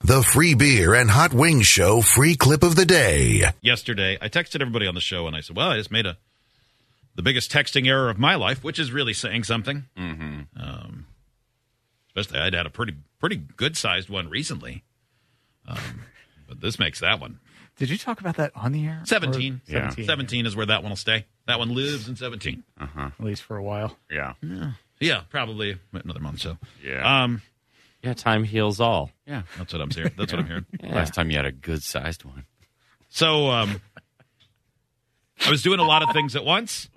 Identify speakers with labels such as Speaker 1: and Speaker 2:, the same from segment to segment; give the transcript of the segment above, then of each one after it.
Speaker 1: The free beer and hot wings show free clip of the day.
Speaker 2: yesterday. I texted everybody on the show and I said, "Well, I just made a the biggest texting error of my life, which is really saying something." Mm-hmm. Um, especially I'd had a pretty pretty good sized one recently, um, but this makes that one
Speaker 3: Did you talk about that on the air? Or-
Speaker 2: seventeen.
Speaker 4: Yeah.
Speaker 3: 17,
Speaker 2: Seventeen is where that one will stay. That one lives in seventeen.
Speaker 3: At least for a while.
Speaker 4: Yeah.
Speaker 2: Yeah, probably another month. So
Speaker 4: Yeah.
Speaker 2: um,
Speaker 5: Yeah, time heals all.
Speaker 2: yeah, that's what I'm hearing. That's what I'm hearing.
Speaker 4: Last time you had a good sized one.
Speaker 2: So um, I was doing a lot of things at once.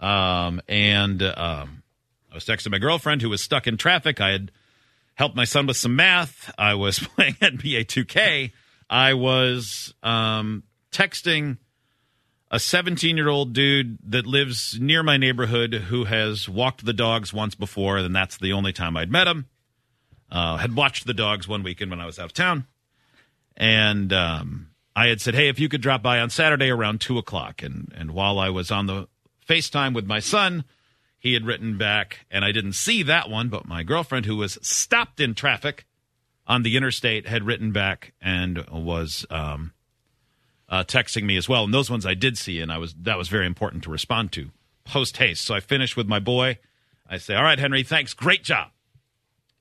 Speaker 2: Um, and um, I was texting my girlfriend who was stuck in traffic. I had helped my son with some math. I was playing NBA 2K. I was um, texting a 17 year old dude that lives near my neighborhood who has walked the dogs once before, and that's the only time I'd met him. Uh, had watched the dogs one weekend when I was out of town and um, I had said, "Hey, if you could drop by on Saturday around two o'clock," and and while I was on the FaceTime with my son, he had written back, and I didn't see that one, but my girlfriend, who was stopped in traffic on the interstate, had written back and was um, uh, texting me as well. And those ones I did see, and I was that was very important to respond to post haste. So I finished with my boy. I say, "All right, Henry, thanks, great job."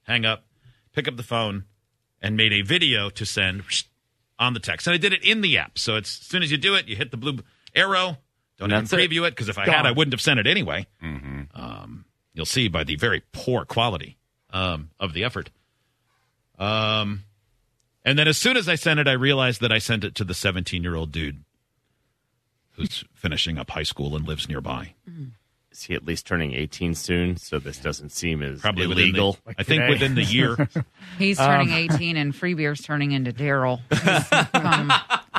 Speaker 2: Hang up, pick up the phone, and made a video to send on the text. And I did it in the app. So it's, as soon as you do it, you hit the blue arrow. Don't even
Speaker 5: That's it. Mm-hmm.
Speaker 2: preview it because if I had, I wouldn't have sent it anyway. Um, you'll see by the very poor quality um, of the effort. Um, and then as soon as I sent it, I realized that I sent it to the 17 year old dude who's finishing up high school and lives nearby.
Speaker 5: Is he at least turning 18 soon? So this doesn't seem as
Speaker 2: Probably within the-
Speaker 5: illegal.
Speaker 2: I think
Speaker 3: today.
Speaker 2: within the year.
Speaker 6: He's turning 18 and free beer's turning into Daryl. He's come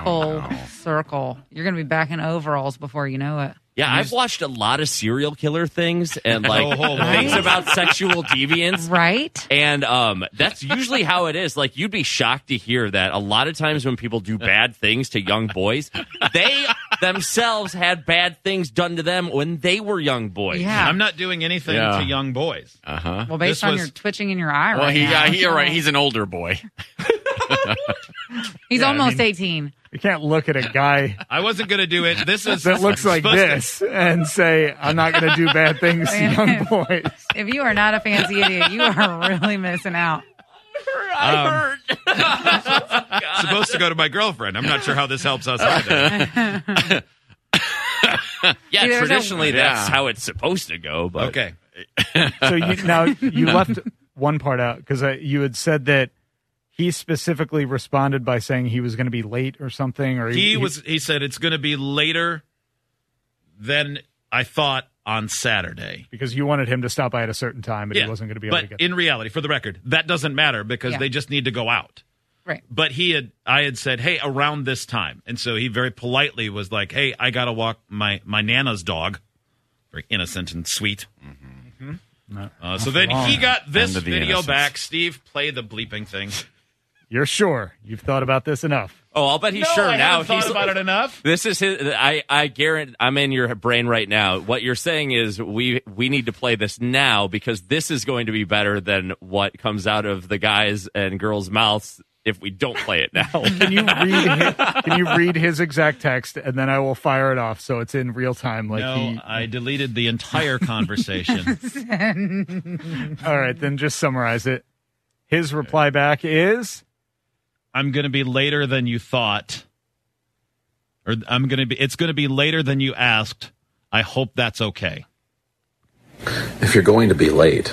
Speaker 6: Full circle. You're going to be back in overalls before you know it.
Speaker 5: yeah, I've watched a lot of serial killer things and
Speaker 4: Oh,
Speaker 5: like
Speaker 2: hold on.
Speaker 5: things about sexual deviance.
Speaker 6: Right?
Speaker 5: And um, that's usually how it is. Like you'd be shocked to hear that a lot of times when people do bad things to young boys, they themselves had bad things done to them when they were young boys.
Speaker 6: Yeah.
Speaker 2: I'm not doing anything
Speaker 4: Yeah.
Speaker 2: to young boys.
Speaker 4: Uh huh.
Speaker 6: well, based
Speaker 2: this
Speaker 6: on
Speaker 2: was-
Speaker 6: your twitching in your eye
Speaker 4: Well,
Speaker 6: right
Speaker 4: he,
Speaker 6: now.
Speaker 4: yeah, he, you're right. He's an older boy.
Speaker 6: He's
Speaker 3: Yeah, I
Speaker 6: almost
Speaker 3: mean-
Speaker 6: 18.
Speaker 3: You can't look at a guy
Speaker 2: I wasn't going to do it. This is
Speaker 3: that looks like
Speaker 2: supposed to-
Speaker 3: this and say, I'm not going to do bad things to young boys.
Speaker 6: If you are not a fancy idiot, you are really missing out.
Speaker 2: supposed to go to my girlfriend. I'm not sure how this helps us either.
Speaker 5: Yeah,
Speaker 6: See, there's a-
Speaker 5: traditionally that's
Speaker 4: Yeah.
Speaker 5: how it's supposed to go. But
Speaker 2: Okay.
Speaker 3: So you, now you left one part out because you had said that he specifically responded by saying he was going to be late or something. Or
Speaker 2: He was he said it's going to be later than I thought on Saturday.
Speaker 3: Because you wanted him to stop by at a certain time, but he wasn't going to be able
Speaker 2: But
Speaker 3: to get
Speaker 2: in reality, for the record, that doesn't matter because
Speaker 6: Yeah.
Speaker 2: they just need to go out.
Speaker 6: Right.
Speaker 2: But he had I had said, "Hey, around this time." And so he very politely was like, "Hey, I got to walk my my nana's dog." Very innocent and sweet.
Speaker 5: Mm-hmm.
Speaker 2: Uh, so then he got this
Speaker 4: End of the
Speaker 2: video
Speaker 4: innocence.
Speaker 2: back. Steve, play the bleeping thing.
Speaker 3: You're sure you've thought about this enough.
Speaker 5: Oh, I'll bet he's sure
Speaker 2: I
Speaker 5: now.
Speaker 2: haven't thought
Speaker 5: He's-
Speaker 2: about it enough.
Speaker 5: This is his. I I guarantee. I'm in your brain right now. What you're saying is we we need to play this now because this is going to be better than what comes out of the guys and girls' mouths if we don't play it now.
Speaker 3: Oh, Can you read? His, can you read his exact text, and then I will fire it off so it's in real time. Like
Speaker 2: no,
Speaker 3: he,
Speaker 2: I deleted the entire conversation.
Speaker 3: all right, then just summarize it. His reply back is
Speaker 2: I'm going to be later than you thought. Or I'm going to be, it's going to be later than you asked. I hope that's okay.
Speaker 7: If you're going to be late,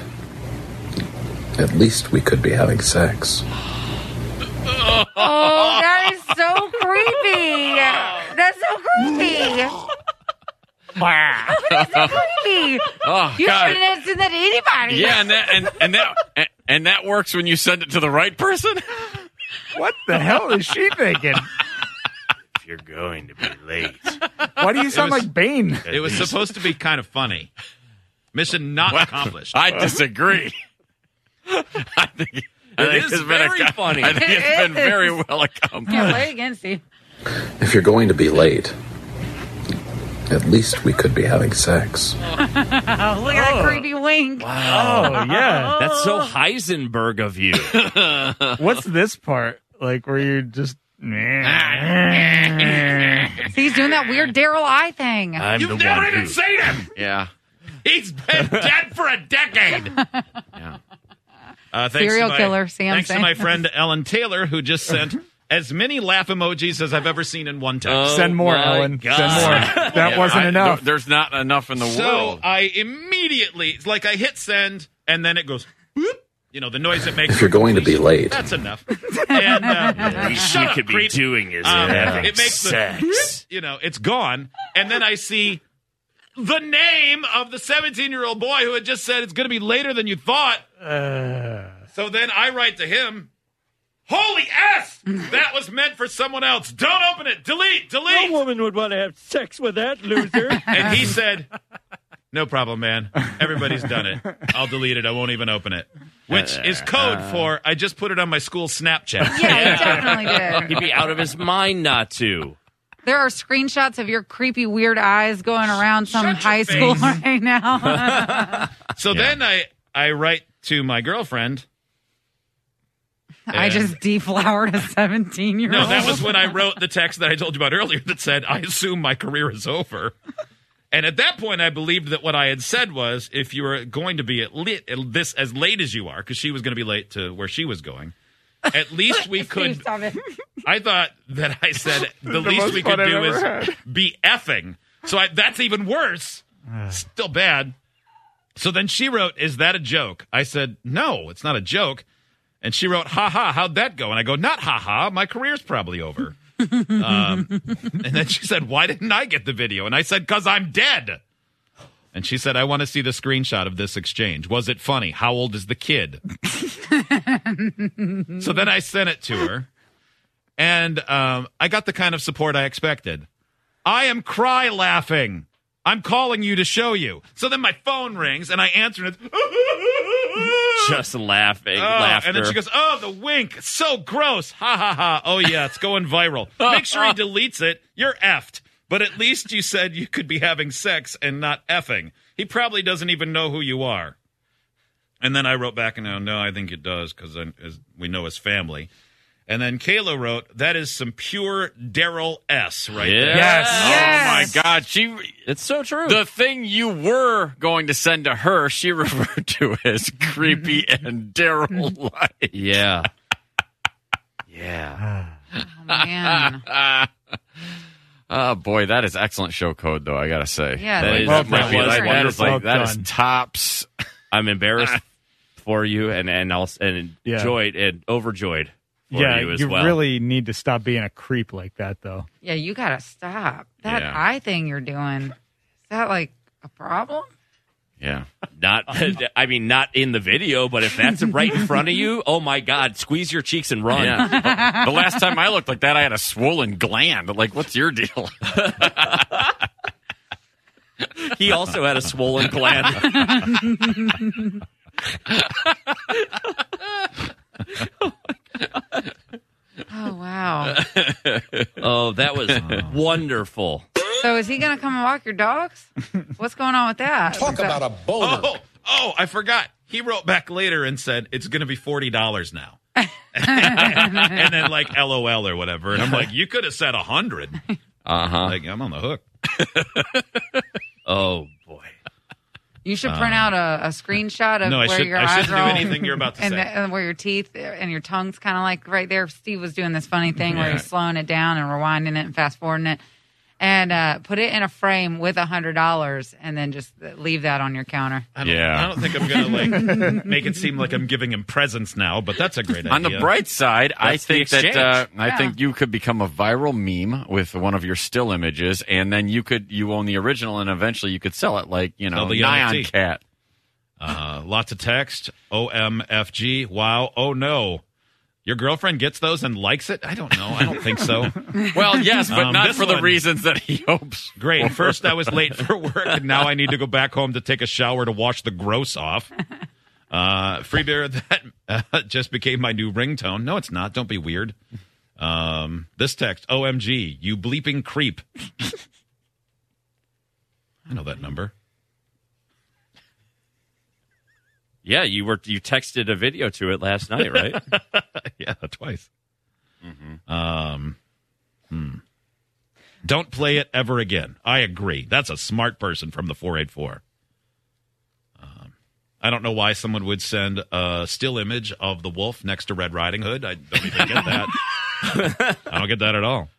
Speaker 7: at least we could be having sex.
Speaker 6: Oh, that is so creepy. That's so creepy. creepy.
Speaker 4: Oh,
Speaker 6: You
Speaker 4: God.
Speaker 6: shouldn't have sent that to anybody.
Speaker 4: Yeah, and that and, and that and, and that works when you send it to the right person.
Speaker 3: what the hell is she thinking?
Speaker 4: If you're going to be late,
Speaker 3: Why do you sound
Speaker 2: was-
Speaker 3: like Bane?
Speaker 2: It was supposed to be kind of funny. Mission not accomplished.
Speaker 4: I disagree. I think I
Speaker 5: It
Speaker 4: think
Speaker 5: is
Speaker 4: it's been
Speaker 5: very
Speaker 4: accom-
Speaker 5: funny.
Speaker 4: I think
Speaker 6: It
Speaker 4: it's been
Speaker 6: is.
Speaker 4: very well accomplished.
Speaker 6: Can't play against you.
Speaker 7: If you're going to be late, At least we could be having sex.
Speaker 6: Oh, look at that creepy wink.
Speaker 3: Oh yeah.
Speaker 5: That's so Heisenberg of you.
Speaker 3: What's this part like where you're just?
Speaker 6: See, he's doing that weird Daryl Eye thing.
Speaker 5: I'm
Speaker 2: You've
Speaker 5: the
Speaker 2: never
Speaker 5: one
Speaker 2: even
Speaker 5: who-
Speaker 2: seen him.
Speaker 4: Yeah.
Speaker 2: He's been dead for a decade.
Speaker 4: Yeah.
Speaker 2: Uh, thanks
Speaker 6: Serial
Speaker 2: to my,
Speaker 6: killer, Sam
Speaker 2: Thanks to
Speaker 6: Sam.
Speaker 2: my friend Ellen Taylor, who just
Speaker 5: Uh-huh.
Speaker 2: sent as many laugh emojis as I've ever seen in one text.
Speaker 5: Oh,
Speaker 3: Send more,
Speaker 5: my
Speaker 3: Ellen.
Speaker 5: God.
Speaker 3: Send more. That wasn't
Speaker 4: I-
Speaker 3: enough.
Speaker 4: there- there's not enough in the
Speaker 2: so
Speaker 4: world.
Speaker 2: I immediately, it's like, I hit send, and then it goes, whoop. You know, the noise it makes.
Speaker 7: If you're going to be late.
Speaker 2: That's enough. And, uh,
Speaker 5: least
Speaker 2: Shut up, creep.
Speaker 5: doing is
Speaker 2: Um, it makes the- you know, it's gone. And then I see the name of the 17 year old boy who had just said it's going to be later than you thought. So then I write to him, Holy S! That was meant for someone else. Don't open it. Delete, delete.
Speaker 8: woman would want to have sex with that loser.
Speaker 2: And he said, No problem, man. Everybody's done it. I'll delete it. I won't even open it. Which is code for I just put it on my school Snapchat.
Speaker 6: yeah, he definitely did.
Speaker 5: uh, He'd be out of his mind not to.
Speaker 6: There are screenshots of your creepy, weird eyes going around some
Speaker 2: Shut your
Speaker 6: high school
Speaker 2: face.
Speaker 6: right now.
Speaker 2: So then I, I write to my girlfriend.
Speaker 6: I just deflowered a 17 year old.
Speaker 2: No, that was when I wrote the text that I told you about earlier that said, I assume my career is over. And at that point, I believed that what I had said was, if you were going to be at lit, at this as late as you are, because she was going to be late to where she was going, at least we could.
Speaker 6: Stop it.
Speaker 2: I thought that I said the, least
Speaker 3: most
Speaker 2: we could
Speaker 3: fun I've
Speaker 2: do is
Speaker 3: ever
Speaker 2: be effing. So I, that's even worse. Still bad. So then she wrote, "Is that a joke?" I said, "No, it's not a joke." And she wrote, "Ha ha, how'd that go?" And I go, "Not ha ha, my career's probably over." um, and then she said, "Why didn't I get the video?" And I said, "Cause I'm dead." And she said, "I want to see the screenshot of this exchange. Was it funny? How old is the kid?" so then I sent it to her and um, I got the kind of support I expected. I am cry laughing. I'm calling you to show you. So then my phone rings and I answer and it's
Speaker 5: Just laughing,
Speaker 2: Oh,
Speaker 5: laughter.
Speaker 2: and then she goes, "Oh, the wink, so gross! Ha ha ha! Oh yeah, it's going viral. Make sure he deletes it. You're effed. But at least you said you could be having sex and not effing. He probably doesn't even know who you are." And then I wrote back, and oh, no, I think it does because we know his family. And then Kayla wrote, "That is some pure Daryl S. right there."
Speaker 6: Yes.
Speaker 4: Oh my God. She
Speaker 5: It's so true.
Speaker 4: the thing you were going to send to her, she referred to as creepy and Daryl like.
Speaker 5: yeah.
Speaker 6: Oh, man.
Speaker 4: Oh boy, that is excellent show code though, Oh, I gotta say.
Speaker 6: Yeah, that
Speaker 4: Like, that,
Speaker 6: is-
Speaker 4: might
Speaker 5: that
Speaker 4: be
Speaker 5: was
Speaker 4: like that is like
Speaker 3: wonderful.
Speaker 4: that is
Speaker 3: Well done.
Speaker 4: tops.
Speaker 5: I'm embarrassed for you and and also and
Speaker 3: Yeah.
Speaker 5: enjoyed and overjoyed for
Speaker 3: yeah,
Speaker 5: you
Speaker 3: you,
Speaker 5: as well.
Speaker 3: really need to stop being a creep like that, though.
Speaker 6: Yeah, you got to stop. That
Speaker 4: Yeah.
Speaker 6: eye thing you're doing, is that like a problem?
Speaker 4: Yeah.
Speaker 5: not I mean not in the video, but if that's right in front of you, oh my god, squeeze your cheeks and run.
Speaker 4: Yeah. the last time I looked like that, I had a swollen gland. Like, what's your deal?
Speaker 5: He also had a swollen gland.
Speaker 6: Oh, wow.
Speaker 5: oh, that was wonderful.
Speaker 6: So is he going to come and walk your dogs? What's going on with that? Is that-
Speaker 7: a boulder.
Speaker 2: Oh, oh, I forgot. He wrote back later and said it's going to be forty dollars now. and then like LOL or whatever, and I'm like, you could have said a hundred.
Speaker 4: Uh huh.
Speaker 3: Uh-huh.
Speaker 2: Like I'm on the hook.
Speaker 5: Oh boy.
Speaker 6: you should print out a, a screenshot of
Speaker 2: Uh. No, I
Speaker 6: where
Speaker 2: should
Speaker 6: your
Speaker 2: I
Speaker 6: eyes
Speaker 2: shouldn't do
Speaker 6: are all-
Speaker 2: anything you're about to
Speaker 6: and,
Speaker 2: say.
Speaker 6: the- and where your teeth and your tongue's kind of like right there. Steve was doing this funny thing where he's slowing it down and rewinding it and fast forwarding it, and uh, put it in a frame with a hundred dollars, and then just leave that on your counter.
Speaker 2: I don't,
Speaker 4: Yeah.
Speaker 2: I don't think I'm gonna like make it seem like I'm giving him presents now, but that's a great
Speaker 4: On
Speaker 2: idea.
Speaker 4: the bright side, I
Speaker 5: That's the
Speaker 4: think that uh,
Speaker 5: exchange.
Speaker 4: I think you could become a viral meme with one of your still images, and then you could you own the original, and eventually you could sell it like you know
Speaker 2: Sell the
Speaker 4: Nyan
Speaker 2: NFT.
Speaker 4: Cat.
Speaker 2: uh, lots of text. OMFG. Wow. Oh no. Your girlfriend gets those and likes it? I don't know. I don't think so.
Speaker 4: Well, yes, but
Speaker 2: Um,
Speaker 4: not
Speaker 2: this
Speaker 4: for the
Speaker 2: one-
Speaker 4: reasons that he hopes.
Speaker 2: Great. First, I was late for work, and now I need to go back home to take a shower to wash the gross off. Uh, free beer that uh, just became my new ringtone. No, it's not. Don't be weird. Um, this text: OMG, you bleeping creep. I know that number.
Speaker 5: Yeah, you were you texted a video to it last night, right?
Speaker 2: yeah, twice. Um, hmm. Don't play it ever again. I agree. That's a smart person from the 484. Um, I don't know why someone would send a still image of the wolf next to Red Riding Hood. I don't even get that. I don't get that at all.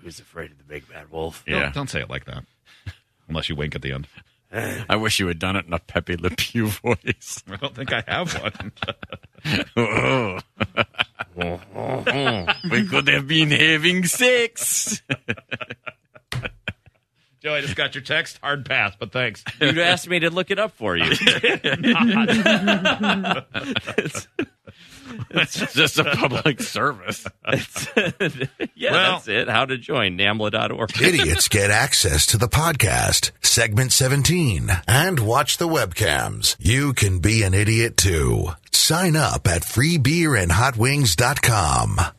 Speaker 5: Who's afraid of the big bad wolf?
Speaker 2: Don't-
Speaker 4: Yeah.
Speaker 2: don't say it like that. Unless you wink at the end.
Speaker 4: I wish you had done it in a Pepe Le Pew voice.
Speaker 2: I don't think I have one.
Speaker 4: Oh. we could have been having sex.
Speaker 2: Joe, I just got your text. Hard pass, but thanks.
Speaker 5: You'd asked me to look it up for you.
Speaker 4: It's just a public service.
Speaker 5: yeah,
Speaker 2: Well-
Speaker 5: that's it. How to join NAMBLA.org.
Speaker 1: Idiots get access to the podcast, segment 17, and watch the webcams. You can be an idiot too. Sign up at freebeerandhotwings.com.